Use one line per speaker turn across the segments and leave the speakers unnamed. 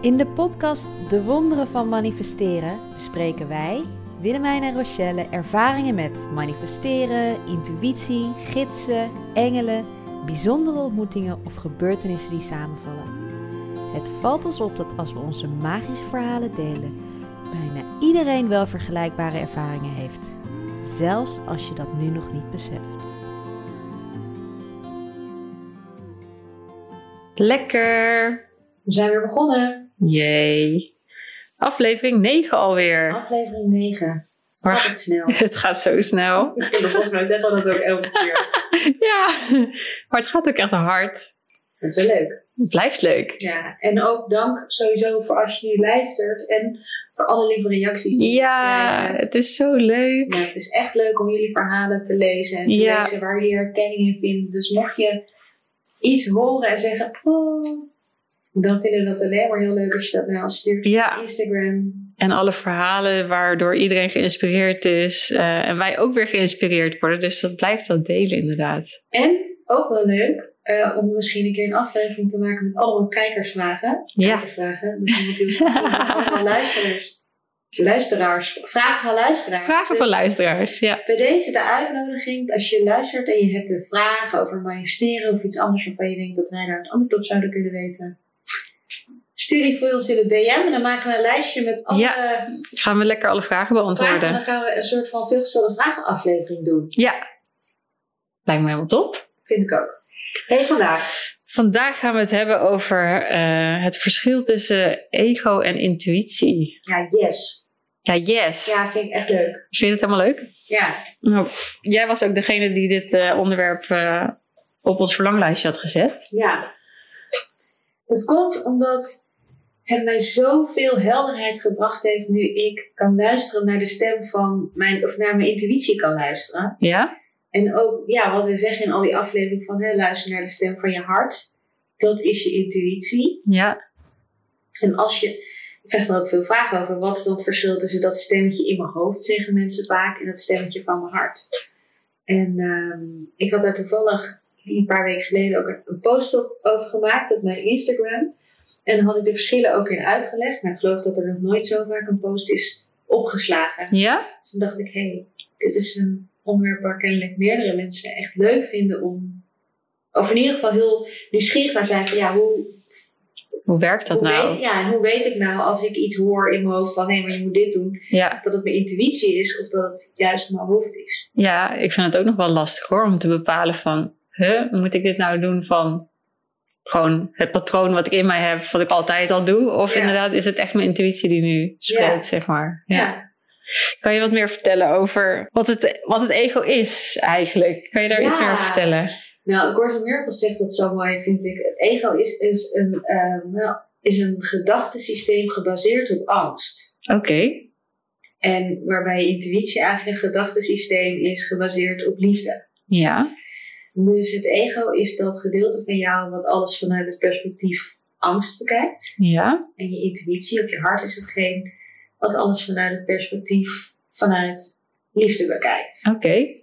In de podcast De Wonderen van Manifesteren bespreken wij, Willemijn en Rochelle, ervaringen met manifesteren, intuïtie, gidsen, engelen, bijzondere ontmoetingen of gebeurtenissen die samenvallen. Het valt ons op dat als we onze magische verhalen delen, bijna iedereen wel vergelijkbare ervaringen heeft. Zelfs als je dat nu nog niet beseft.
Lekker!
We zijn weer begonnen.
Jee. Aflevering 9 alweer.
Aflevering 9.
Waar-
het snel.
Het gaat zo snel.
Volgens mij zeggen we dat ook elke keer.
Ja, maar het gaat ook echt hard.
Dat is wel leuk.
Het blijft leuk.
Ja, en ook dank sowieso voor als je nu luistert en voor alle lieve reacties die
Ja,
we krijgen.
het is zo
Ja,
leuk.
het is echt leuk om jullie verhalen te lezen en te
Ja.
lezen waar jullie herkenning in vinden. Dus mocht je iets horen en zeggen, oh, dan vinden we dat alleen maar heel leuk als je dat naar ons stuurt.
Ja,
Instagram.
en alle verhalen waardoor iedereen geïnspireerd is. eh, en wij ook weer geïnspireerd worden. Dus dat blijft dat delen inderdaad.
En ook wel leuk eh, om misschien een keer een aflevering te maken met allemaal kijkersvragen.
Ja.
Kijkersvragen. Dus natuurlijk allemaal luisteraars. Luisteraars. Vragen van luisteraars.
Vragen
Dus-
van luisteraars. Ja,
Bij deze de uitnodiging, als je luistert en je hebt een vraag over manifesteren of iets anders waarvan je denkt dat wij daar het antwoord op zouden kunnen weten, stuur die voor ons in de DM en dan maken we een lijstje met alle
Ja, gaan we lekker alle vragen
vragen. En
beantwoorden.
dan gaan we een soort van veelgestelde vragenaflevering doen.
Ja, lijkt me helemaal top.
Vind ik ook. Hey, vandaag.
Vandaag gaan we het hebben over eh, het verschil tussen ego en intuïtie.
Ja, yes.
Ja, yes.
Ja, vind ik echt leuk.
Vind je het helemaal leuk?
Ja,
Nou, jij was ook degene die dit eh, onderwerp eh, op ons verlanglijstje had gezet.
ja. Het komt omdat het mij zoveel helderheid gebracht heeft nu ik kan luisteren naar de stem van mijn, of naar mijn intuïtie kan luisteren.
Ja?
En ook, ja, wat we zeggen in al die afleveringen van hè, luister naar de stem van je hart. Dat is je intuïtie.
Ja.
En als je, ik krijg er ook veel vragen over, wat is dan het verschil tussen dat stemmetje in mijn hoofd, zeggen mensen vaak, en dat stemmetje van mijn hart. En ehm, ik had daar toevallig een paar weken geleden ook een, een post op, over gemaakt op mijn Instagram. En dan had ik de verschillen ook in uitgelegd. Nou, ik geloof dat er nog nooit zo vaak een post is opgeslagen.
Ja?
Dus toen dacht ik, hé, hey, dit is een onderwerp waar kennelijk meerdere mensen echt leuk vinden om. Of in ieder geval heel nieuwsgierig naar zijn van ja, hoe,
Hoe werkt dat
hoe,
nou?
weet, ja, en hoe weet ik nou als ik iets hoor in mijn hoofd van hé, maar je moet dit doen,
Ja.
dat het mijn intuïtie is of dat het juist mijn hoofd is.
ja, ik vind het ook nog wel lastig hoor, om te bepalen van... Huh, moet ik dit nou doen van gewoon het patroon wat ik in mij heb, wat ik altijd al doe? Of
Ja.
inderdaad, is het echt mijn intuïtie die nu spreekt, zeg maar? Kan je wat meer vertellen over wat het, wat het ego is eigenlijk? Kan je daar
Ja.
iets meer over vertellen?
Nou, Gordon Miracles zegt dat zo mooi, vind ik. Het ego is, is, een, ehm, wel, is een gedachtesysteem gebaseerd op angst.
Oké.
En waarbij intuïtie eigenlijk een gedachtesysteem is gebaseerd op liefde.
Ja.
Dus het ego is dat gedeelte van jou wat alles vanuit het perspectief angst bekijkt.
Ja.
En je intuïtie of je hart is hetgeen wat alles vanuit het perspectief vanuit liefde bekijkt.
Oké.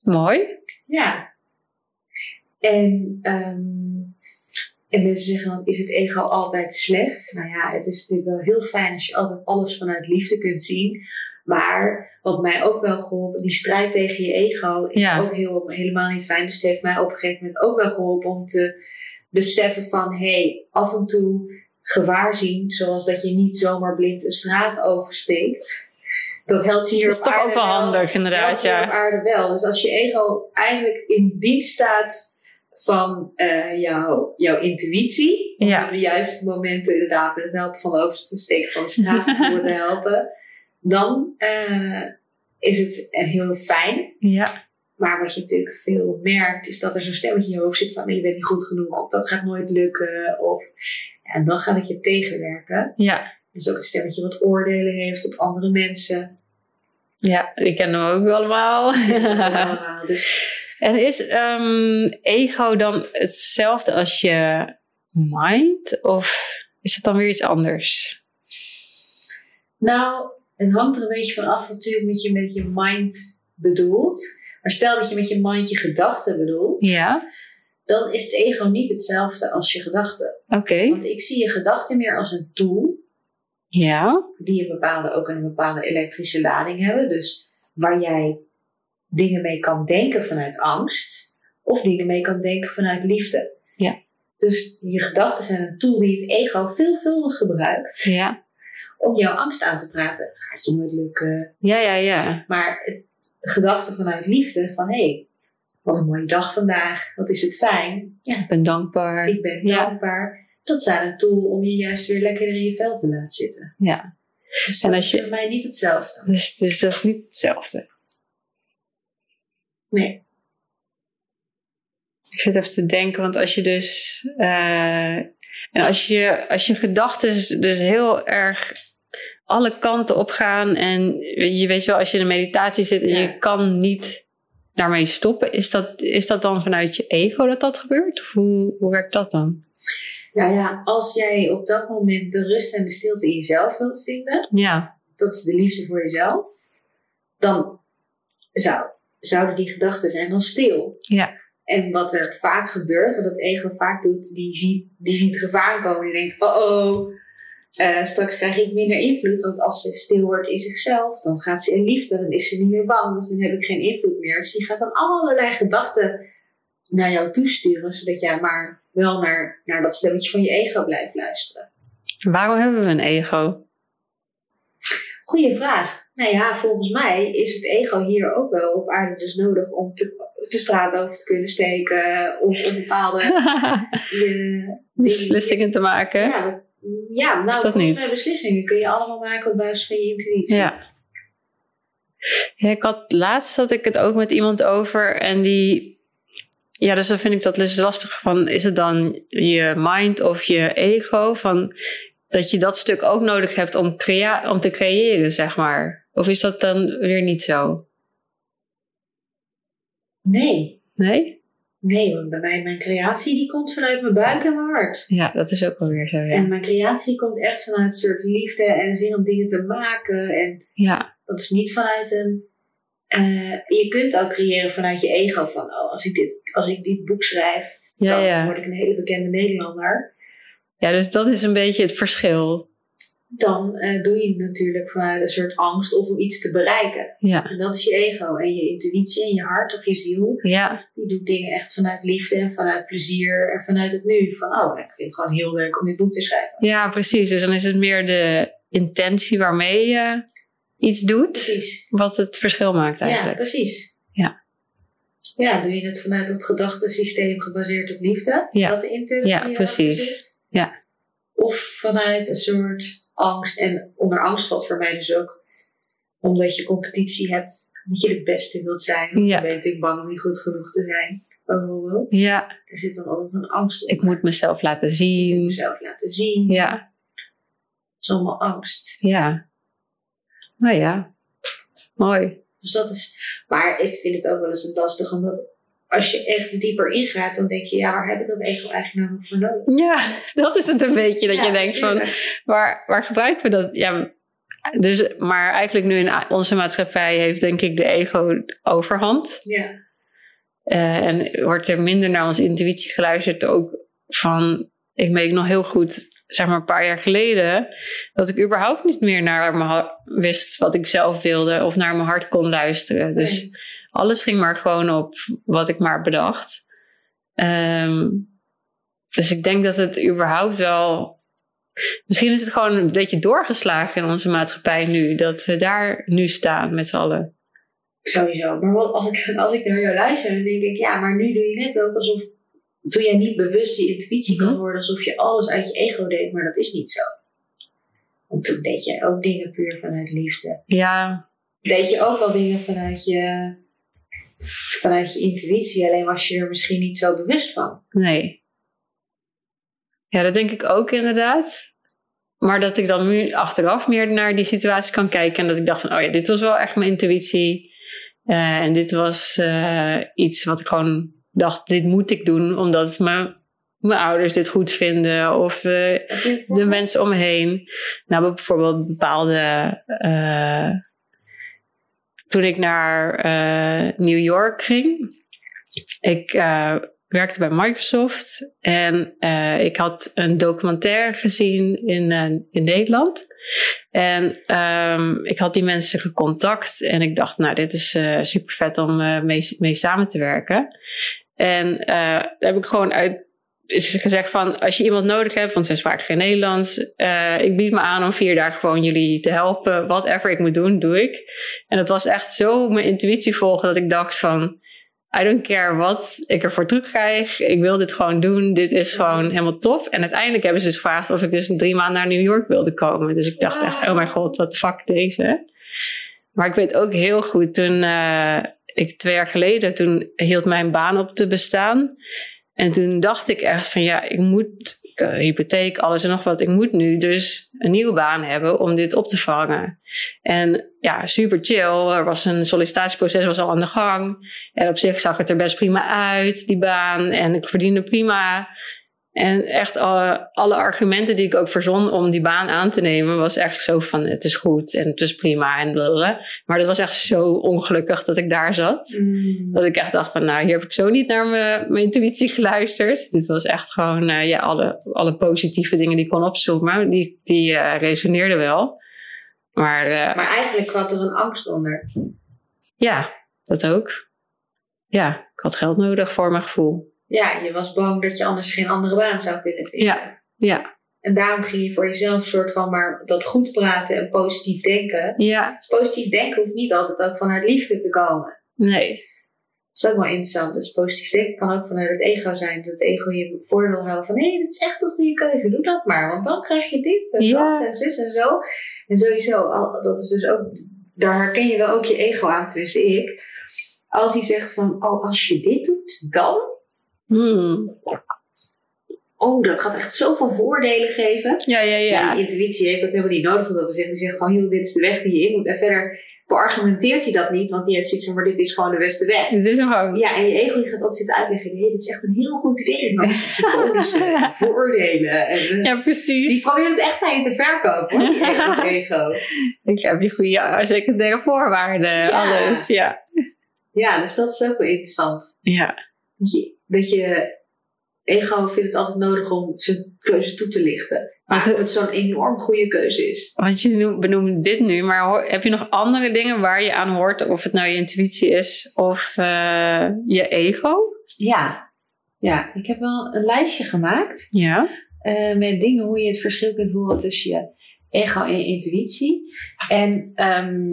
Mooi.
Ja. En, ehm, en mensen zeggen dan, is het ego altijd slecht? Nou ja, het is natuurlijk wel heel fijn als je altijd alles vanuit liefde kunt zien. Maar wat mij ook wel geholpen, die strijd tegen je ego, is
Ja.
ook heel, helemaal niet fijn. Dus het heeft mij op een gegeven moment ook wel geholpen om te beseffen van, hé, hey, af en toe gevaar zien. Zoals dat je niet zomaar blind een straat oversteekt. Dat helpt je hier
Dat is
op
toch
aarde
ook wel handig,
dat
inderdaad.
ja. op
Ja.
aarde wel. Dus als je ego eigenlijk in dienst staat van eh, jouw, jouw intuïtie, om
Ja.
op de juiste momenten inderdaad met het helpen van de oversteken van de straat bijvoorbeeld te helpen, dan eh, is het eh, heel fijn.
ja.
Maar wat je natuurlijk veel merkt, is dat er zo'n stemmetje in je hoofd zit van "Nee, je bent niet goed genoeg, of dat gaat nooit lukken, of... En dan gaat het je tegenwerken.
Ja.
Dus ook een stemmetje wat oordelen heeft op andere mensen.
Ja. Ik ken hem ook allemaal.
Allemaal. Dus
en is ehm, ego dan hetzelfde als je mind? Of is het dan weer iets anders?
Nou, het hangt er een beetje van af natuurlijk met je met je mind bedoelt. Maar stel dat je met je mind je gedachten bedoelt,
Ja.
dan is het ego niet hetzelfde als je gedachten.
Oké.
Want ik zie je gedachten meer als een tool
Ja.
die een bepaalde, ook een bepaalde elektrische lading hebben. Dus waar jij dingen mee kan denken vanuit angst of dingen mee kan denken vanuit liefde.
Ja.
Dus je gedachten zijn een tool die het ego veelvuldig gebruikt
Ja.
om jouw angst aan te praten. Gaat je nooit lukken.
Ja, ja, ja.
Maar het- de gedachte vanuit liefde van hé, hey, wat een mooie dag vandaag, wat is het fijn,
Ik ben dankbaar.
ik ben
Ja.
dankbaar. Dat zijn een tool om je juist weer lekker in je vel te laten zitten.
Ja.
Dus
En
dat
als
is
je-
voor mij niet hetzelfde.
Dus, dus dat is niet hetzelfde.
Nee.
Ik zit even te denken, want als je dus. eh, en als je, als je gedachten dus heel erg alle kanten op gaan. En je weet wel, als je in een meditatie zit en
Ja.
je kan niet daarmee stoppen. Is dat, is dat dan vanuit je ego dat dat gebeurt? Of Hoe, hoe werkt dat dan?
Nou ja, als jij op dat moment de rust en de stilte in jezelf wilt vinden,
Ja,
dat is de liefde voor jezelf, dan zou, zouden die gedachten zijn dan stil.
Ja.
En wat er vaak gebeurt, wat het ego vaak doet, die ziet, die ziet gevaar komen. Die denkt, oh oh, eh, straks krijg ik minder invloed. Want als ze stil wordt in zichzelf, dan gaat ze in liefde. Dan is ze niet meer bang, dus dan heb ik geen invloed meer. Dus die gaat dan allerlei gedachten naar jou toesturen. Zodat jij maar wel naar, naar dat stemmetje van je ego blijft luisteren.
waarom hebben we een ego?
Goeie vraag. Nou ja, volgens mij is het ego hier ook wel op aarde dus nodig om te, de straat over te kunnen steken. Of om bepaalde eh,
Beslissingen te maken. Ja.
Ja, we- ja, nou,
Is dat
volgens
niet?
mij beslissingen kun je allemaal maken op basis van je intuïtie.
Ja. Ik had laatst had ik het ook met iemand over en die. Ja, dus dan vind ik dat dus lastig van, is het dan je mind of je ego? Van, dat je dat stuk ook nodig hebt om, crea om te creëren, zeg maar. Of is dat dan weer niet zo?
Nee,
Nee?
nee, want bij mij, mijn creatie die komt vanuit mijn buik en mijn hart.
Ja, dat is ook alweer zo, ja.
En mijn creatie komt echt vanuit een soort liefde en zin om dingen te maken. En
Ja,
dat is niet vanuit een. eh, je kunt ook creëren vanuit je ego. Van oh, als ik dit, als ik dit boek schrijf,
ja,
dan
ja.
word ik een hele bekende Nederlander.
Ja, dus dat is een beetje het verschil.
Dan eh, doe je het natuurlijk vanuit een soort angst of om iets te bereiken.
Ja,
En dat is je ego en je intuïtie en je hart of je ziel.
ja,
Die doet dingen echt vanuit liefde en vanuit plezier en vanuit het nu. Van oh, ik vind het gewoon heel leuk om dit boek te schrijven.
ja, precies. Dus dan is het meer de intentie waarmee je iets doet.
Precies.
wat het verschil maakt
Ja,
eigenlijk.
precies.
Ja.
Ja, doe je het vanuit het gedachtesysteem gebaseerd op liefde? Is
Ja.
Dat de intentie?
Ja,
erachter
precies.
zit?
Ja.
Of vanuit een soort angst. En onder angst valt voor mij dus ook omdat je competitie hebt. Dat je de beste wilt zijn.
Ja.
Dan ben je natuurlijk bang om niet goed genoeg te zijn. Bijvoorbeeld.
Ja.
Er zit dan altijd een angst op.
ik moet mezelf laten zien.
mezelf laten zien.
Ja,
Dat is allemaal angst.
ja. Nou ja, mooi.
Dus dat is. Maar ik vind het ook wel eens lastig, omdat als je echt dieper ingaat, dan denk je, ja, waar heb ik dat ego eigenlijk nou voor nodig?
Ja, dat is het een beetje dat
Ja,
je denkt van,
tuurlijk.
waar, waar gebruiken we dat? Ja, dus, maar eigenlijk nu in a- onze maatschappij heeft denk ik de ego overhand.
Ja,
Eh, en wordt er minder naar onze intuïtie geluisterd. Ook van, ik weet nog heel goed, zeg maar een paar jaar geleden, dat ik überhaupt niet meer naar mijn hart wist wat ik zelf wilde of naar mijn hart kon luisteren. Dus
Nee.
alles ging maar gewoon op wat ik maar bedacht. Ehm, dus ik denk dat het überhaupt wel. Misschien is het gewoon een beetje doorgeslagen in onze maatschappij nu, dat we daar nu staan met z'n allen.
sowieso. Maar wat, als, ik, als ik naar jou luister, dan denk ik, ja, maar nu doe je net ook alsof. Toen jij niet bewust je intuïtie kan
Mhm.
worden, alsof je alles uit je ego deed, maar dat is niet zo. Want toen deed jij ook dingen puur vanuit liefde.
Ja,
Deed je ook wel dingen vanuit je, vanuit je intuïtie, alleen was je er misschien niet zo bewust van.
Nee. Ja, dat denk ik ook inderdaad. Maar dat ik dan nu achteraf meer naar die situatie kan kijken. En dat ik dacht van, oh ja, dit was wel echt mijn intuïtie. Eh, en dit was eh, iets wat ik gewoon dacht, dit moet ik doen. Omdat mijn, mijn ouders dit goed vinden. Of eh,
Heb je een
de
voorbeeld?
mensen om me heen. Nou, bijvoorbeeld bepaalde. eh, toen ik naar eh, New York ging, ik eh, werkte bij Microsoft en eh, ik had een documentaire gezien in, eh, in Nederland. En ehm, ik had die mensen gecontact en ik dacht, nou, dit is super vet om eh, mee, mee samen te werken. En eh, daar heb ik gewoon uit is gezegd van, als je iemand nodig hebt, want zij spraken geen Nederlands, eh, ik bied me aan om vier dagen gewoon jullie te helpen. Whatever ik moet doen, doe ik. En dat was echt zo mijn intuïtie volgen dat ik dacht van, I don't care wat ik ervoor terugkrijg. Ik wil dit gewoon doen. Dit is gewoon helemaal top. En uiteindelijk hebben ze dus gevraagd of ik dus drie maanden naar New York wilde komen. Dus ik dacht echt, oh mijn god, wat fuck deze. Maar ik weet ook heel goed, toen eh, ik twee jaar geleden, toen hield mijn baan op te bestaan. En toen dacht ik echt van ja, ik moet eh, hypotheek, alles en nog wat. Ik moet nu dus een nieuwe baan hebben om dit op te vangen. En ja, super chill. Er was een sollicitatieproces was al aan de gang. En op zich zag het er best prima uit, die baan. En ik verdiende prima. En echt eh, alle argumenten die ik ook verzon om die baan aan te nemen, was echt zo van het is goed en het is prima en blablabla. Maar dat was echt zo ongelukkig dat ik daar zat. Dat ik echt dacht van, nou, hier heb ik zo niet naar mijn, mijn intuïtie geluisterd. Dit was echt gewoon, eh, ja, alle, alle positieve dingen die ik kon opzoomen, die, die eh, resoneerden wel. Maar eh,
Maar eigenlijk kwam er een angst onder.
ja, dat ook. Ja, ik had geld nodig voor mijn gevoel.
Ja, je was bang dat je anders geen andere baan zou kunnen vinden.
Ja, ja,
En daarom ging je voor jezelf soort van maar dat goed praten en positief denken.
ja,
Dus positief denken hoeft niet altijd ook vanuit liefde te komen.
nee,
Dat is ook wel interessant. Dus positief denken kan ook vanuit het ego zijn. Dat het ego je voor wil houden van... hé, hey, dat is echt een goede keuze. Doe dat maar. Want dan krijg je dit en
Ja.
dat en zus en zo. En sowieso, al- dat is dus ook... daar herken je wel ook je ego aan tussen ik. Als hij zegt van... oh, als je dit doet, dan...
Hmm.
oh, dat gaat echt zoveel voordelen geven.
ja, ja,
Ja.
ja,
die intuïtie heeft dat helemaal niet nodig om dat te zeggen. Die zegt gewoon, joh, dit is de weg die je in moet. En verder beargumenteert hij dat niet, want die heeft zoiets van, maar dit is gewoon de beste weg.
dit is hem gewoon.
Ja, en je ego die gaat altijd zitten uitleggen, nee, dit is echt een heel goed idee. Want psychologische eh, voordelen. En, eh,
Ja,
Die
precies.
probeert het echt aan je te verkopen, hoor, die ego. dat ego.
Ik heb die goede ja, secundaire voorwaarden, alles, ja.
Ja, dus dat is ook wel interessant.
Ja,
Dat je- Dat je ego vindt het altijd nodig om zijn keuze toe te lichten. Maar
Want-
dat het zo'n enorm goede keuze is.
Want je noem- benoemt dit nu, maar hoor- heb je nog andere dingen waar je aan hoort? Of het nou je intuïtie is of eh, je ego?
Ja. ja, ik heb wel een lijstje gemaakt
Ja.
eh, met dingen hoe je het verschil kunt horen tussen je ego en je intuïtie. En ehm,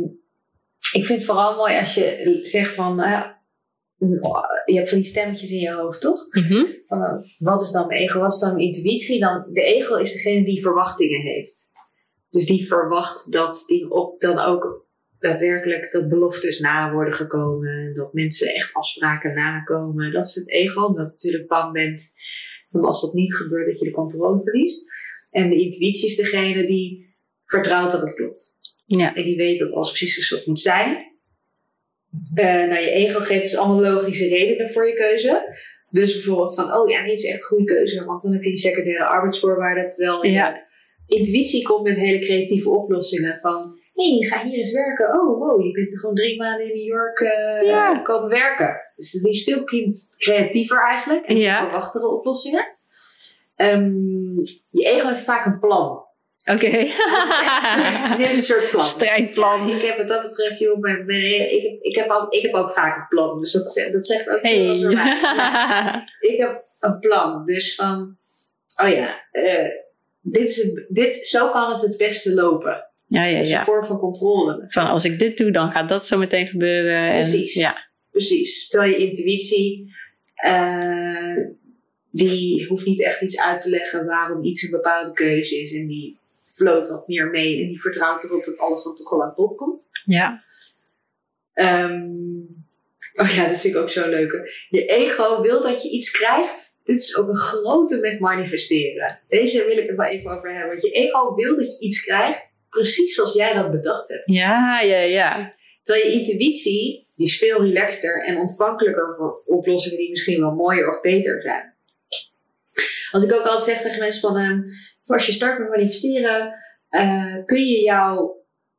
ik vind het vooral mooi als je zegt van, eh, oh, je hebt van die stemmetjes in je hoofd, toch? Van, eh, wat is dan mijn ego, wat is dan mijn intuïtie? Dan, de ego is degene die verwachtingen heeft. Dus die verwacht dat die op, dan ook daadwerkelijk dat beloftes na worden gekomen. Dat mensen echt afspraken nakomen. Dat is het ego, omdat je natuurlijk bang bent van als dat niet gebeurt dat je de controle verliest. En de intuïtie is degene die vertrouwt dat het klopt.
Ja.
En die weet dat alles precies is zoals het moet zijn. Eh, nou, je ego geeft dus allemaal logische redenen voor je keuze. Dus bijvoorbeeld van, oh ja, nee, het is echt een goede keuze. Want dan heb je die secundaire arbeidsvoorwaarden. Terwijl je
Ja.
intuïtie komt met hele creatieve oplossingen. Van, hé, hey, ga hier eens werken. Oh, wow, je kunt gewoon drie maanden in New York eh,
Ja.
komen werken. Dus die is veel ki- creatiever eigenlijk. En
Ja.
verwachtere oplossingen. Ehm, je ego heeft vaak een plan.
Oké.
Dat is echt een soort- dit is een soort plan.
Strijdplan.
Ik heb wat dat betreft, joh, mijn, mijn- ik, heb, ik, heb al, ik heb ook vaak een plan. Dus dat, zegt- dat zegt ook
Hey.
veel over mij. Ja, ik heb een plan. Dus van, oh ja, eh, dit is het, dit, zo kan het het beste lopen.
Ja, ja,
Dus een
ja.
vorm van controle.
Van als ik dit doe, dan gaat dat zo meteen gebeuren. En,
Precies.
Ja.
Precies. Terwijl je intuïtie, eh, die hoeft niet echt iets uit te leggen waarom iets een bepaalde keuze is. En die floot wat meer mee en die vertrouwt erop dat alles dan toch wel aan bod komt.
Ja.
Ehm, oh ja, dat vind ik ook zo leuk. Je ego wil dat je iets krijgt. Dit is ook een grote met manifesteren. Deze wil ik het wel even over hebben. Want je ego wil dat je iets krijgt, precies zoals jij dat bedacht hebt.
Ja, ja, ja.
Terwijl je intuïtie, die is veel relaxter en ontvankelijker voor oplossingen die misschien wel mooier of beter zijn. Als ik ook altijd zeg tegen mensen van, ehm, voor als je start met manifesteren, eh, kun je jou,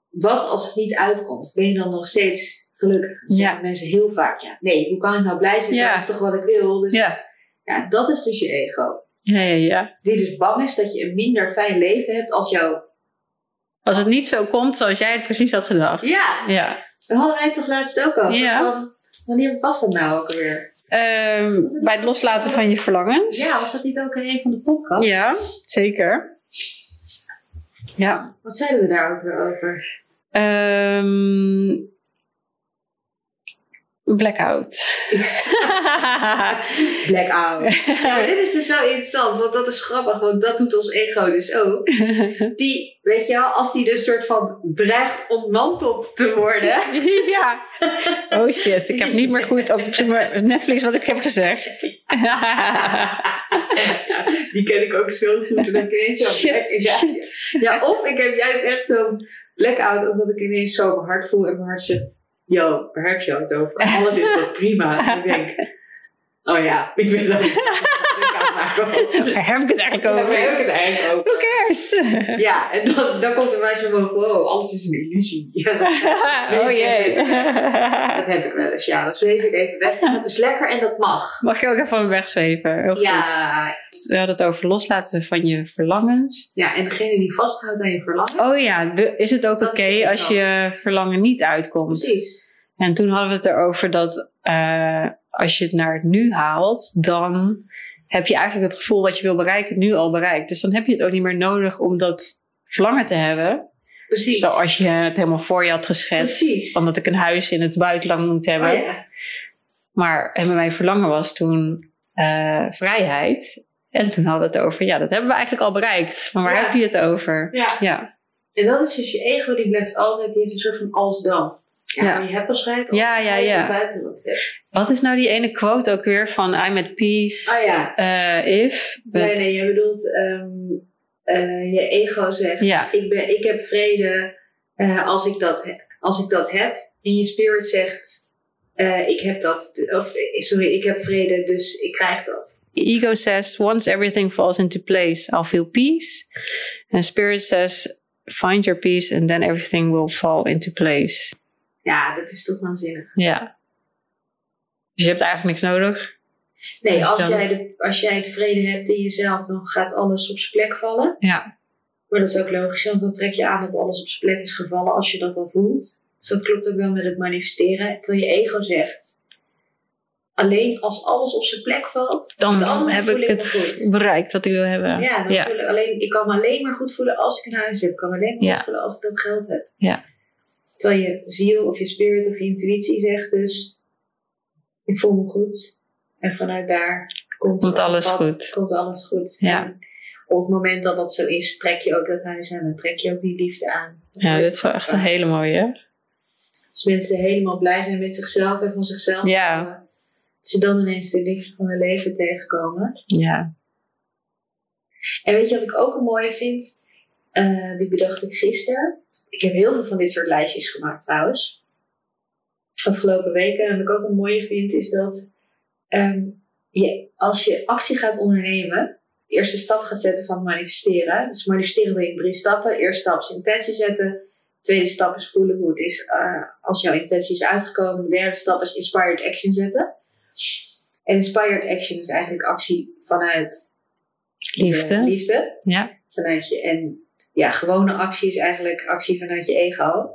wat als het niet uitkomt, ben je dan nog steeds gelukkig? Dat
Ja.
zeggen mensen heel vaak, ja, nee, hoe kan ik nou blij zijn?
Ja.
Dat is toch wat ik wil? Dus
Ja.
Ja, dat is dus je ego.
Ja, ja, ja.
Die dus bang is dat je een minder fijn leven hebt als jouw...
Als het niet zo komt zoals jij het precies had gedacht.
Ja,
Ja.
daar hadden wij het toch laatst ook over.
Ja.
Van, wanneer was dat nou ook alweer?
Ehm, bij het loslaten van je verlangens.
Ja, was dat niet ook in een van de podcasts?
Ja, zeker. Ja.
Wat zeiden we daar ook weer over?
Ehm blackout.
Blackout. Ja, maar dit is dus wel interessant, want dat is grappig, want dat doet ons ego dus ook. Die, weet je wel, als die dus soort van dreigt ontmanteld te worden.
ja. Oh shit, ik heb niet meer goed op zeg maar, Netflix wat ik heb gezegd.
Die ken ik ook zo goed. En dan ineens zo
shit,
black, ja.
shit.
ja, of ik heb juist echt zo'n blackout, omdat ik ineens zo mijn hart voel en mijn hart zegt: Yo, waar heb je het over? Alles is toch prima? En ik denk: Oh ja, ik weet dat. Blackout maken.
Waar heb ik het eigenlijk
Daar heb
over?
ik het eigenlijk over.
Who cares?
Ja, en dan, dan komt er bij zo'n moment, wow, alles is een illusie. Ja, dat zweef
oh
ik
jee.
even weg. Dat heb ik wel eens, ja. Dan zweef ik even weg. Dat is lekker en dat mag.
Mag je ook even wegzweven? Heel goed.
Ja,
We hadden het over loslaten van je verlangens.
ja, en degene die vasthoudt aan je verlangen.
Oh ja, de- is het ook oké
Dat vind ik
als
wel.
je verlangen niet uitkomt?
Precies.
En toen hadden we het erover dat eh, als je het naar het nu haalt, dan heb je eigenlijk het gevoel wat je wil bereiken nu al bereikt. Dus dan heb je het ook niet meer nodig om dat verlangen te hebben.
Precies.
Zoals je het helemaal voor je had geschetst.
Precies.
Van dat ik een huis in het buitenland moet hebben.
Oh ja.
Maar en bij mijn verlangen was toen eh, vrijheid. En toen hadden we het over, ja, dat hebben we eigenlijk al bereikt. Maar waar
Ja.
heb je het over?
ja.
Ja,
En dat is dus je ego, die blijft altijd, die heeft een soort van als-dan. Ja,
Ja.
maar je hebt pas gelijk als
ja, ja.
je
ja.
het buitenland hebt.
Wat is nou die ene quote ook weer van I'm at peace
Oh ja.
eh, if? but-
Nee, nee, je bedoelt, ehm, eh, je ego zegt,
Ja,
ik, ben, ik heb vrede eh, als, ik dat he- als ik dat heb. En je spirit zegt, eh, ik heb dat, of eh, sorry, ik heb vrede, dus ik krijg dat.
ego says once everything falls into place, I'll feel peace. En spirit says find your peace and then everything will fall into place.
Ja, dat is toch waanzinnig.
Ja. Dus je hebt eigenlijk niks nodig.
Nee,
Dus
als
dan-
jij, de, als jij de vrede hebt in jezelf, dan gaat alles op zijn plek vallen.
Ja.
Maar dat is ook logisch, want dan trek je aan dat alles op zijn plek is gevallen als je dat al voelt. Dus dat klopt ook wel met het manifesteren. Terwijl je ego zegt, alleen als alles op zijn plek valt,
Dan,
dan
heb
voel
ik
me
het
goed.
bereikt wat ik wil hebben.
Ja, dan voel ik alleen, ik kan me alleen maar goed voelen als ik een huis heb. Ik kan me alleen maar
Ja.
goed voelen als ik dat geld heb.
Ja.
Terwijl je ziel of je spirit of je intuïtie zegt dus, ik voel me goed. En vanuit daar komt, er
Komt
op
alles
pad,
goed.
Komt alles goed.
Ja.
En op het moment dat dat zo is, trek je ook dat huis aan en trek je ook die liefde aan.
Ja, dit is wel echt een hele mooie.
Als mensen helemaal blij zijn met zichzelf en van zichzelf.
Ja.
houden, dat Ze dan ineens de liefde van hun leven tegenkomen.
Ja.
En weet je wat ik ook een mooie vind? Eh, die bedacht ik gisteren. Ik heb heel veel van dit soort lijstjes gemaakt trouwens. Afgelopen weken. En wat ik ook een mooie vind is dat ehm, je, als je actie gaat ondernemen, de eerste stap gaat zetten van manifesteren. Dus manifesteren wil je in drie stappen. Eerste stap is intentie zetten. Tweede stap is voelen hoe het is eh, als jouw intentie is uitgekomen. De derde stap is inspired action zetten. En inspired action is eigenlijk actie vanuit je
Liefde.
liefde
Ja.
vanuit je. En ja, gewone actie is eigenlijk actie vanuit je ego.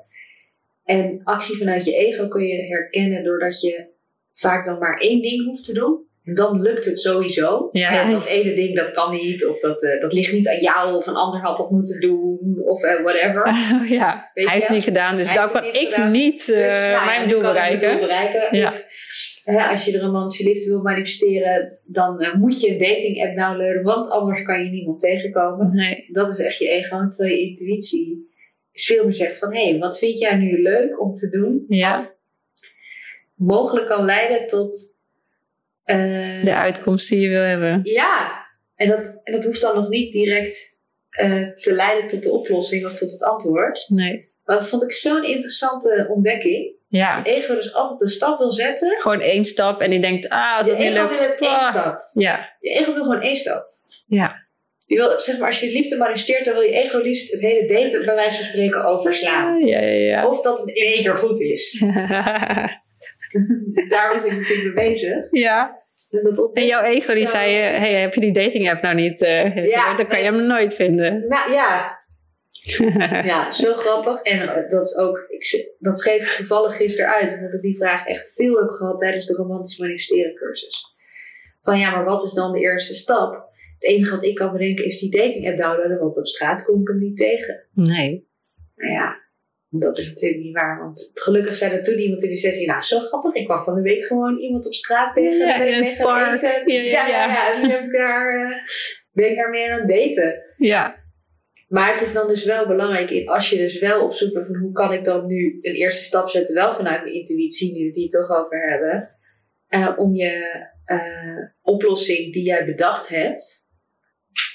En actie vanuit je ego kun je herkennen doordat je vaak dan maar één ding hoeft te doen. En dan lukt het sowieso.
Ja.
En dat ene ding, dat kan niet. Of dat, eh, dat ligt niet aan jou. Of een ander had dat moeten doen. Of eh, whatever.
Oh, ja.
Weet
Hij is
je?
niet gedaan, dus
Hij
dan
heeft het
kan
niet
ik
gedaan.
niet eh,
Dus, ja,
mijn
dan
doel
kan je je
bereiken.
doel bereiken.
Ja.
Of, hè, als je de romantische liefde wil manifesteren, dan eh, moet je een dating app downloaden. Want anders kan je niemand tegenkomen.
Nee.
dat is echt je ego. Terwijl je intuïtie is veel meer zegt van... hé, hey, wat vind jij nu leuk om te doen?
Ja.
Wat mogelijk kan leiden tot... eh,
De uitkomst die je wil hebben.
Ja, en dat, en dat hoeft dan nog niet direct eh, te leiden tot de oplossing of tot het antwoord.
Nee.
Maar dat vond ik zo'n interessante ontdekking.
Ja.
Ego dus altijd een stap wil zetten.
Gewoon één stap en die denkt, ah, als dat
je
niet
ego wil
lukt.
het één
ah.
stap.
Ja,
Je ego wil gewoon één stap.
ja,
Die wil, zeg maar, als je liefde manifesteert, dan wil je ego liefst het hele daten bij wijze van spreken overslaan.
ja, ja, ja.
Of dat het in één keer goed is.
Ja,
Daar was ik natuurlijk mee bezig.
ja.
Dat op-
En jouw ego die zei, eh, hey, heb je die dating app nou niet? eh,
Ja.
dan kan je hem nooit vinden.
Nou ja. ja, zo grappig. En eh, dat is ook, ik, z- dat schreef ik toevallig gisteren uit, omdat ik die vraag echt veel heb gehad tijdens de romantisch manifesteren cursus. Van ja, maar wat is dan de eerste stap? Het enige wat ik kan bedenken is die dating app downloaden, want op straat kom ik hem niet tegen.
Nee.
Nou ja, dat is natuurlijk niet waar, want gelukkig zei er toen iemand in die sessie, nou zo grappig, ik kwam van de week gewoon iemand op straat tegen.
Ja,
daar ben
in
ik
het
mee gaan
park.
eten.
Ja, ja,
ja,
ja.
ja, ja. En nu heb ik daar, eh, ben ik daar meer aan het daten.
Ja.
Maar het is dan dus wel belangrijk in, als je dus wel op zoek bent van hoe kan ik dan nu een eerste stap zetten, wel vanuit mijn intuïtie, nu we het hier toch over hebben, eh, om je eh, oplossing die jij bedacht hebt,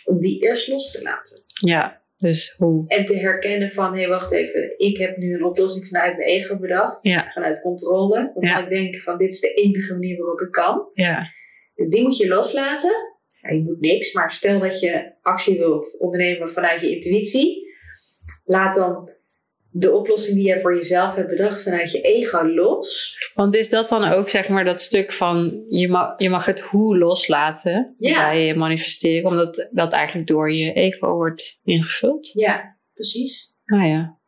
om die eerst los te laten.
Ja. Dus hoe?
En te herkennen van, hé hey, wacht even, ik heb nu een oplossing vanuit mijn ego bedacht,
Ja.
vanuit controle, omdat
Ja.
ik denk van dit is de enige manier waarop ik kan.
Ja.
Die moet je loslaten. Ja, je moet niks, maar stel dat je actie wilt ondernemen vanuit je intuïtie. Laat dan de oplossing die jij voor jezelf hebt bedacht vanuit je ego los.
Want is dat dan ook, zeg maar, dat stuk van je mag, je mag het hoe loslaten
Ja.
bij manifesteren, omdat dat eigenlijk door je ego wordt ingevuld?
Ja, precies.
Ah ja.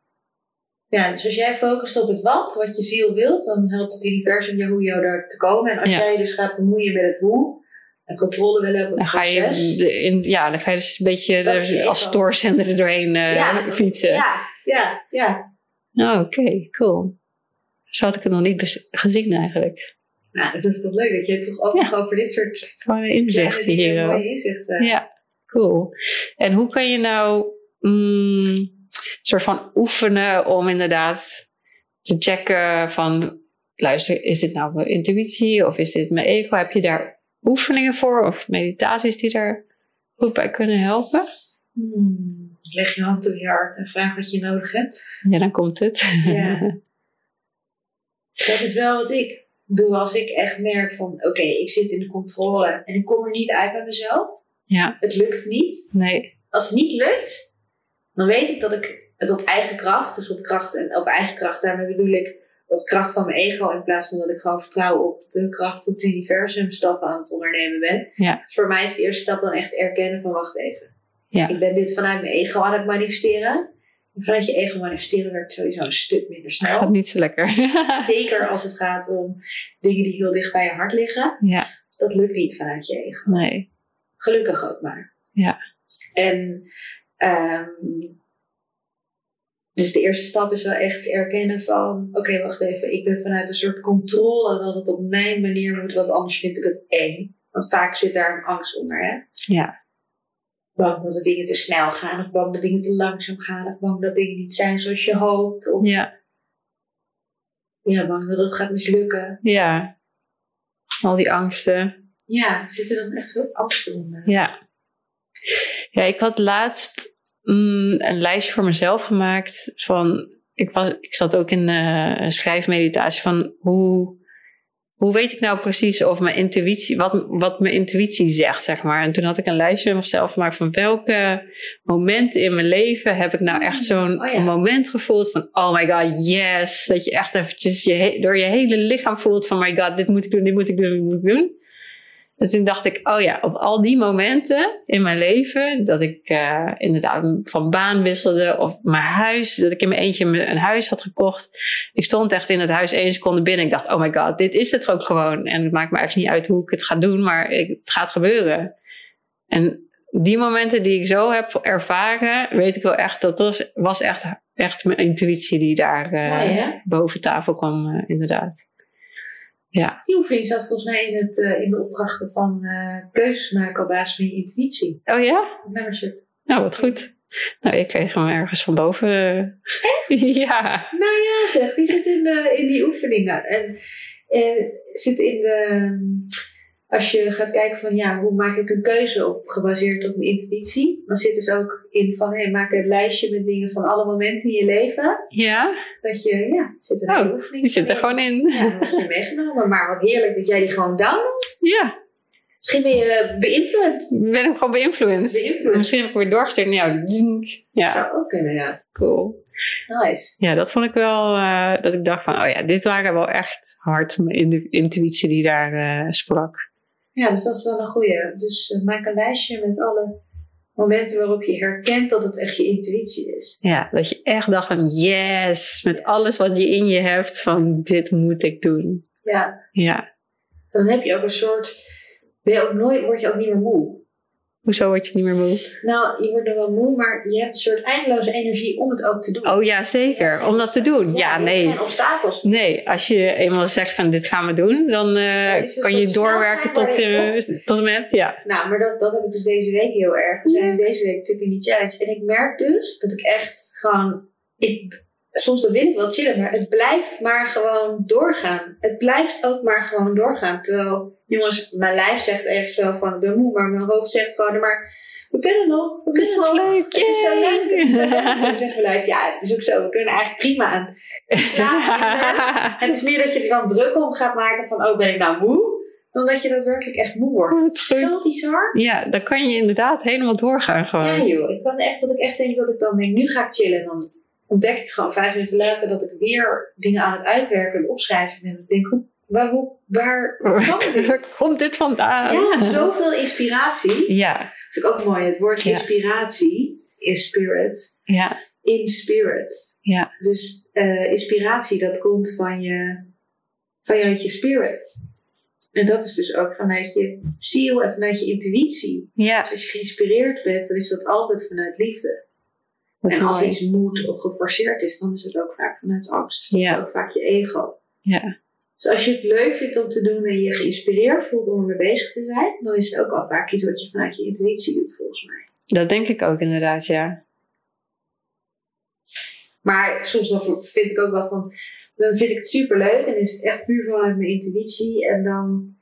Ja, dus als jij focust op het wat, wat je ziel wilt, dan helpt het universum je hoe jou daar te komen. En als
Ja.
jij je dus gaat bemoeien met het hoe, en controle willen hebben op
Dan
het
ga je,
proces.
de- in, ja, dan ga je dus een beetje
Dat is je
er,
ego.
als stoorzender er doorheen eh,
Ja.
fietsen.
Ja, ja, ja.
Oh, Oké, cool. Zo had ik het nog niet bes- gezien eigenlijk.
Nou, dat is toch leuk dat je toch ook
Ja.
nog over dit soort
Gewoon een inzicht
kleine dingen
hier. ook.
mooie inzichten
Ja, cool. En hoe kan je nou mm, soort van oefenen om inderdaad te checken van... Luister, is dit nou mijn intuïtie of is dit mijn ego? Heb je daar oefeningen voor of meditaties die daar goed bij kunnen helpen?
Hmm, Leg je hand op je hart en vraag wat je nodig hebt.
Ja, dan komt het.
Ja. Dat is wel wat ik doe als ik echt merk van... Oké, ik zit in de controle en ik kom er niet uit bij mezelf.
Ja.
Het lukt niet.
nee.
Als het niet lukt, dan weet ik dat ik het op eigen kracht... Dus op kracht en op eigen kracht, daarmee bedoel ik op de kracht van mijn ego... in plaats van dat ik gewoon vertrouwen op de kracht van het universum stappen aan het ondernemen ben.
Ja.
Dus voor mij is de eerste stap dan echt erkennen van wacht even.
Ja.
Ik ben dit vanuit mijn ego aan het manifesteren. En vanuit je ego manifesteren werkt sowieso een stuk minder
Gaat
snel.
niet zo lekker.
Zeker als het gaat om dingen die heel dicht bij je hart liggen.
ja,
Dat lukt niet vanuit je ego.
nee.
Gelukkig ook maar.
Ja.
En ehm, dus de eerste stap is wel echt erkennen van... Oké, wacht even. Ik ben vanuit een soort controle dat het op mijn manier moet. Want anders vind ik het eng. Want vaak zit daar een angst onder, hè?
Ja,
bang dat de dingen te snel gaan, of bang dat dingen te langzaam gaan, of bang dat dingen niet zijn zoals je hoopt, of
ja.
ja, bang dat het gaat mislukken.
Ja. Al die angsten.
Ja, er zitten dan echt veel angsten onder.
Ja. Ja, ik had laatst mm, een lijstje voor mezelf gemaakt van. Ik, was, ik zat ook in eh, een schrijfmeditatie van hoe, hoe weet ik nou precies of mijn intuïtie, wat, wat mijn intuïtie zegt, zeg maar. En toen had ik een lijstje voor mezelf gemaakt van welke momenten in mijn leven heb ik nou echt zo'n
Oh ja.
moment gevoeld van oh my god, yes. Dat je echt eventjes je, he- door je hele lichaam voelt van my god, dit moet ik doen, dit moet ik doen, dit moet ik doen. En toen dacht ik, oh ja, op al die momenten in mijn leven, dat ik eh, inderdaad van baan wisselde of mijn huis, dat ik in mijn eentje me- een huis had gekocht. Ik stond echt in het huis één seconde binnen. Ik dacht, oh my god, dit is het ook gewoon. En het maakt me eigenlijk niet uit hoe ik het ga doen, maar ik- het gaat gebeuren. En die momenten die ik zo heb ervaren, weet ik wel echt, dat was, was echt, echt mijn intuïtie die daar eh,
Mooi, hè?
boven tafel kwam, eh, inderdaad.
Die oefening zat volgens mij in, het, eh, in de opdrachten van eh, keuzes maken op basis van je intuïtie.
Oh ja?
Het Membership.
Nou, wat goed. Nou, ik kreeg hem ergens van boven. Echt? ja.
Nou ja, zeg, die zit in, de, in die oefeningen. En eh, zit in de. ehm, Als je gaat kijken van ja, hoe maak ik een keuze op gebaseerd op mijn intuïtie, dan zit dus ook in van hey, maak een lijstje met dingen van alle momenten in je leven
Ja?
Dat je, ja, zit er
Oh,
een oefening
Die zit er
in.
gewoon in.
Ja, dat heb je meegenomen. Maar wat heerlijk dat jij die gewoon downloadt.
Ja.
Misschien ben je beïnvloed.
Ik ben hem gewoon beïnvloedsd.
Beïnvloed.
Misschien heb ik hem weer doorgestuurd naar jou. Dzink.
Dat
Ja,
Zou ook kunnen, ja.
cool.
Nice.
Ja, dat vond ik wel... eh, dat ik dacht van, oh ja, dit waren wel echt hard mijn in- intuïtie die daar eh, sprak.
Ja, dus dat is wel een goeie. Dus eh, maak een lijstje met alle momenten waarop je herkent dat het echt je intuïtie is.
Ja, dat je echt dacht van yes, met alles wat je in je hebt van dit moet ik doen.
Ja,
Ja,
dan heb je ook een soort. Ben je ook nooit, word je ook niet meer moe.
hoezo word je niet meer moe?
Nou, je wordt er wel moe, maar je hebt een soort eindeloze energie om het ook te doen.
Oh ja, zeker, om dat te doen. Ja,
er
nee.
zijn obstakels.
Nee, als je eenmaal zegt van dit gaan we doen, dan eh,
Ja, is het
kan
een
je
soort
doorwerken tot,
sneltrein
eh, tot en met, ja.
Nou, maar dat, dat heb ik dus deze week heel erg. We zijn deze week natuurlijk in die challenge. En ik merk dus dat ik echt gewoon. Ik, soms dan wil ik wel chillen, maar het blijft maar gewoon doorgaan. Het blijft ook maar gewoon doorgaan. Terwijl, jongens, mijn lijf zegt ergens wel van ik ben moe, maar mijn hoofd zegt gewoon, maar we kunnen nog. We kunnen nog.
leuk,
Het is zo leuk. Het is zo leuk. En dan
yay!
zegt mijn lijf, ja, het is ook zo. We kunnen eigenlijk prima aan slapen. En het is meer dat je er dan druk om gaat maken van, oh, ben ik nou moe? Dan dat je daadwerkelijk echt moe wordt.
Wat goed.
Zo bizar.
Ja, dan kan je inderdaad helemaal doorgaan
Ja
gewoon.
joh, ik kan echt dat ik echt denk dat ik dan denk, nu ga ik chillen. En dan ontdek ik gewoon vijf minuten later dat ik weer dingen aan het uitwerken en opschrijven ben. Ik denk, hoe, waar, hoe, waar hoe kan dit?
Waar komt dit vandaan?
Ja, zoveel inspiratie.
Ja,
Vind ik ook mooi, het woord
Ja.
inspiratie is spirit.
ja,
In spirit.
Ja.
Dus eh, inspiratie, dat komt van je, vanuit je spirit. En dat is dus ook vanuit je ziel en vanuit je intuïtie.
ja.
Als je geïnspireerd bent, dan is dat altijd vanuit liefde.
Wat
En als
mooi.
iets moet of geforceerd is, dan is het ook vaak vanuit angst. Dus dat
Ja.
is ook vaak je ego.
Ja.
Dus als je het leuk vindt om te doen en je geïnspireerd voelt om ermee bezig te zijn, dan is het ook al vaak iets wat je vanuit je intuïtie doet, volgens mij.
Dat denk ik ook inderdaad, ja.
Maar soms dan vind ik ook wel van, dan vind ik het superleuk en is het echt puur vanuit mijn intuïtie. En dan,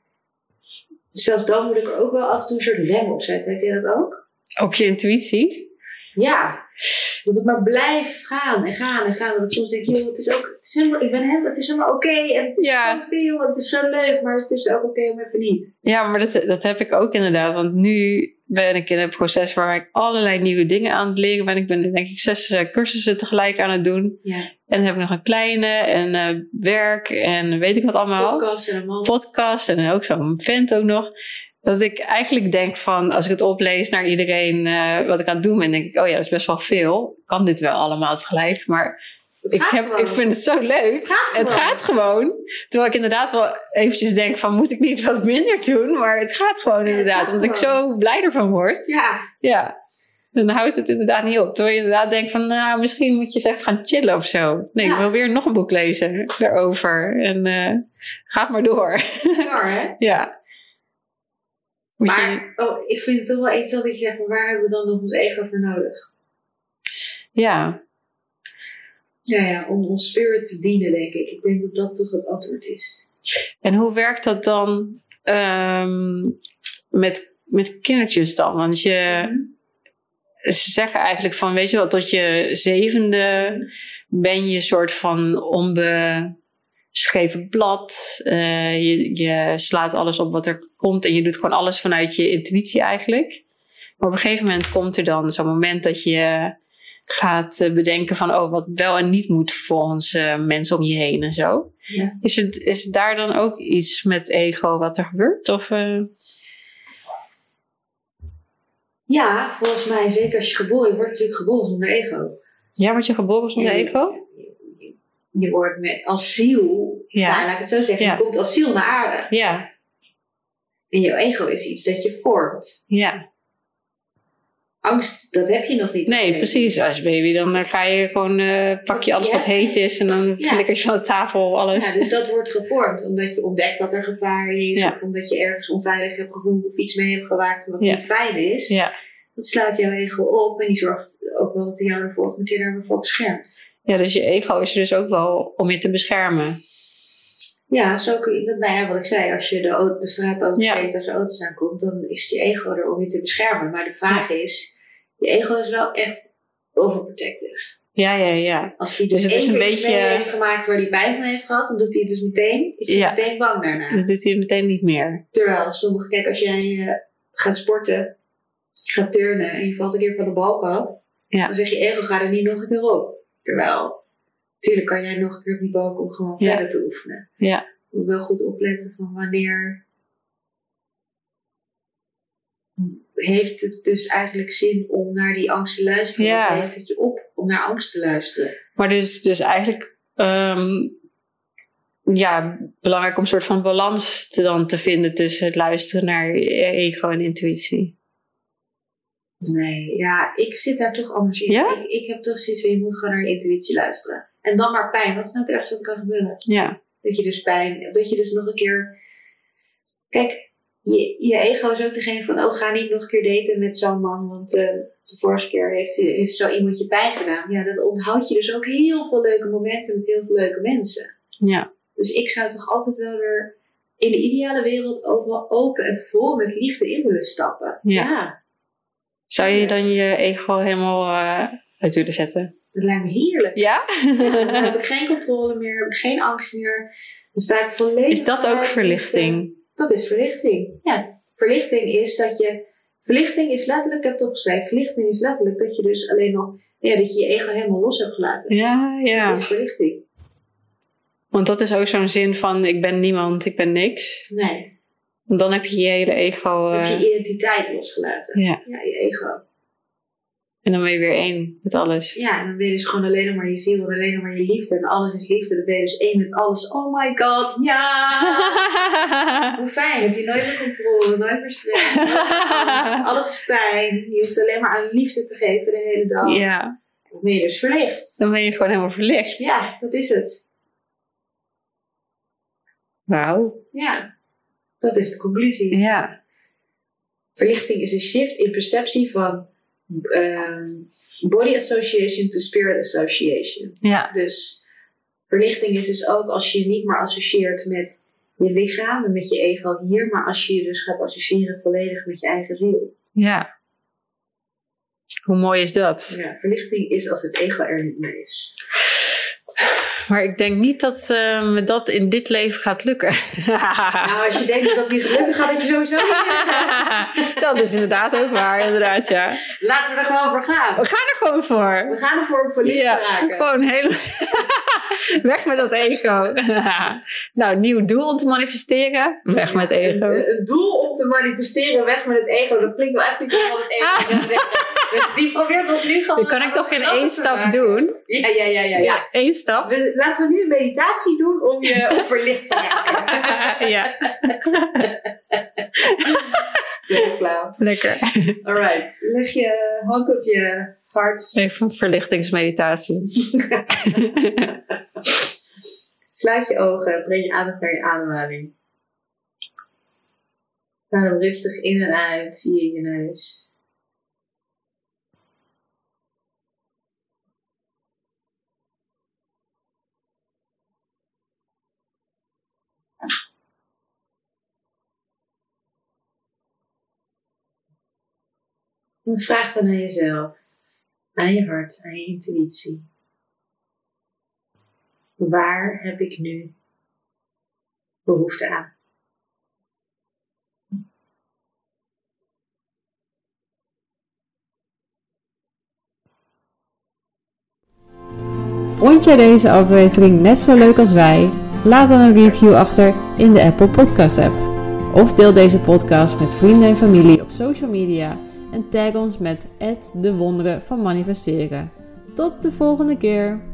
zelfs dan moet ik er ook wel af en toe een soort rem op zetten. Heb jij dat ook?
Op je intuïtie?
Ja. Dat het maar blijft gaan en gaan en gaan. Dat ik soms denk, joh, het is ook, het is helemaal, ik ben helemaal, het is helemaal oké. en het is
Ja.
zoveel en het is zo leuk, maar het is ook oké om even niet.
Ja, maar dat, dat heb ik ook inderdaad. Want nu ben ik in een proces waar ik allerlei nieuwe dingen aan het leren ben. Ik ben denk ik zes eh, cursussen tegelijk aan het doen.
Ja.
En dan heb ik nog een kleine en eh, werk en weet ik wat allemaal.
Podcast en een man.
podcast en ook zo'n vent ook nog. Dat ik eigenlijk denk van, als ik het oplees naar iedereen eh, wat ik aan het doen ben, denk ik, oh ja, dat is best wel veel. Kan dit wel allemaal tegelijk? Maar
Het
ik,
gaat
heb,
gewoon.
ik vind het zo leuk.
het gaat gewoon.
Het gaat gewoon. Terwijl ik inderdaad wel eventjes denk van, moet ik niet wat minder doen? Maar het gaat gewoon
Ja, het
inderdaad,
gaat
omdat ik zo blij ervan word. Ja.
Ja,
Dan houdt het inderdaad niet op. Terwijl je inderdaad denkt van, nou, misschien moet je eens even gaan chillen of zo. Nee,
Ja.
ik wil weer nog een boek lezen daarover. En eh ga maar door.
bizar hè?
Ja. Moet je-
Maar oh, ik vind het toch wel iets dat ik zeg, maar waar hebben we dan nog ons ego voor nodig?
ja,
Ja, ja, om ons spirit te dienen, denk ik. Ik denk dat dat toch het antwoord is.
en hoe werkt dat dan ehm, met, met kindertjes dan? Want je, ze zeggen eigenlijk van, weet je wel, tot je zevende ben je een soort van onbeschreven blad. Eh, je, je slaat alles op wat er komt en je doet gewoon alles vanuit je intuïtie eigenlijk. Maar op een gegeven moment komt er dan zo'n moment dat je gaat eh, bedenken van, oh, wat wel en niet moet volgens eh, mensen om je heen en zo.
Ja.
Is, het, is daar dan ook iets met ego wat er gebeurt? Of, eh,
Ja, volgens mij, zeker als je geboren je wordt natuurlijk geboren zonder ego.
ja, word je geboren zonder
Ja.
ego?
je wordt met, als ziel,
Ja.
nou, laat ik het zo zeggen,
Ja.
je komt als ziel naar aarde.
Ja,
En jouw ego is iets dat je vormt.
ja.
Angst, dat heb je nog niet.
Nee,
gekregen.
precies. Als baby, dan eh, ga je gewoon, eh, pak je alles
Ja.
wat heet is en dan
Ja.
flikker je van de tafel alles.
Ja, dus dat wordt gevormd, omdat je ontdekt dat er gevaar is,
Ja.
of omdat je ergens onveilig hebt gevoeld of iets mee hebt gewaakt wat
Ja.
niet fijn is.
Ja.
Dat slaat jouw ego op en die zorgt ook wel dat hij jou de volgende keer daarvoor beschermt.
ja, dus je ego is er dus ook wel om je te beschermen.
Ja, zo kun je, nou ja, wat ik zei, als je de, au- de straat
Ja.
oversteekt als er auto's aankomt, dan is je ego er om je te beschermen. Maar de vraag is, je ego is wel echt overprotective.
Ja, ja, ja.
Als hij
Dus
dus,
het
één
is een
keer iets
beetje-
mee heeft gemaakt waar hij pijn van heeft gehad, dan doet hij het dus meteen. Is hij
Ja.
meteen bang daarna.
Dat doet hij meteen niet meer.
Terwijl sommige, kijk, als jij eh, gaat sporten, gaat turnen en je valt een keer van de balk af,
Ja.
dan zeg je ego, ga er niet nog een keer op. Terwijl, natuurlijk kan jij nog een keer op die balk om gewoon
Ja.
verder te oefenen.
Ja.
Je moet wel goed opletten van wanneer heeft het dus eigenlijk zin om naar die angst te luisteren?
Ja.
Wat heeft het je op om naar angst te luisteren?
Maar dus, dus eigenlijk ehm, ja, belangrijk om een soort van balans te, dan te vinden tussen het luisteren naar je ego en intuïtie.
Nee, ja, ik zit daar toch anders in.
Ja?
Ik, ik heb toch zoiets van, je moet gewoon naar je intuïtie luisteren. En dan maar pijn. Wat is nou het ergste wat er kan gebeuren?
Ja,
Dat je dus pijn, dat je dus nog een keer... Kijk, je, je ego is ook degene van, oh, ga niet nog een keer daten met zo'n man, want... eh, de vorige keer heeft, heeft zo iemand je pijn gedaan. Ja, dat onthoud je dus ook heel veel leuke momenten met heel veel leuke mensen.
ja,
Dus ik zou toch altijd wel weer in de ideale wereld overal open en vol met liefde in willen stappen.
Ja.
ja
zou je dan je ego helemaal eh, uit willen zetten?
dat lijkt me heerlijk.
Ja?
Dan heb ik geen controle meer, heb ik geen angst meer. Dan sta ik volledig.
Is dat ook
vrij.
verlichting?
Dat is verlichting. Ja, verlichting is dat je. Verlichting is letterlijk, ik heb het opgeschreven, verlichting is letterlijk dat je dus alleen nog. Ja, dat je je ego helemaal los hebt gelaten.
Ja, ja.
Dat is verlichting.
Want dat is ook zo'n zin van ik ben niemand, ik ben niks.
Nee,
Want dan heb je je hele ego
dan
eh,
heb je je identiteit losgelaten.
ja.
Ja, je ego.
en dan ben je weer één met alles.
Ja, en dan ben je dus gewoon alleen nog maar je ziel en alleen nog maar je liefde. En alles is liefde. Dan ben je dus één met alles. Oh my god, ja! Hoe fijn, heb je nooit meer controle, nooit meer stress. nooit meer angst. Alles is fijn. Je hoeft alleen maar aan liefde te geven de hele dag.
ja,
Dan ben je dus verlicht.
dan ben je gewoon helemaal verlicht.
Ja, dat is het.
Wauw.
Ja, dat is de conclusie.
Ja.
Verlichting is een shift in perceptie van ehm, body association to spirit association.
Ja.
Dus verlichting is dus ook als je je niet meer associeert met je lichaam en met je ego hier, maar als je je dus gaat associëren volledig met je eigen ziel.
Ja. Hoe mooi is dat?
Ja, verlichting is als het ego er niet meer is.
Maar ik denk niet dat eh, me dat in dit leven gaat lukken.
Nou, als je denkt dat dat niet gelukkig gaat, dat je sowieso niet.
dat is inderdaad ook waar, inderdaad, ja.
Laten we er gewoon voor gaan.
We gaan er gewoon voor.
We gaan ervoor om verliefd te raken.
gewoon heel... Weg met dat ego. nou, nieuw doel om te manifesteren. Weg met ego.
Een, een Eh, doel om te manifesteren, weg met het ego. Dat klinkt wel echt niet zo van het ego. wil zeggen. Dus die probeert ons nu gewoon...
Dat Ah. kan ik toch in
grappig
één
te
stap
maken.
doen?
Ja, ja, ja, ja. ja.
Eén stap.
We- laten we nu een meditatie doen om je om verlicht te raken.
ja,
Zo flauw.
lekker.
Alright, leg je hand op je hart.
Even een verlichtingsmeditatie.
Sluit je ogen, breng je aandacht naar je ademhaling. Adem rustig in en uit via je neus. En vraag dan aan jezelf, aan je hart, aan je intuïtie. Waar heb ik nu behoefte aan?
Vond jij deze aflevering net zo leuk als wij? Laat dan een review achter in de Apple Podcast app. Of deel deze podcast met vrienden en familie op social media en tag ons met @de wonderen van manifesteren. Tot de volgende keer.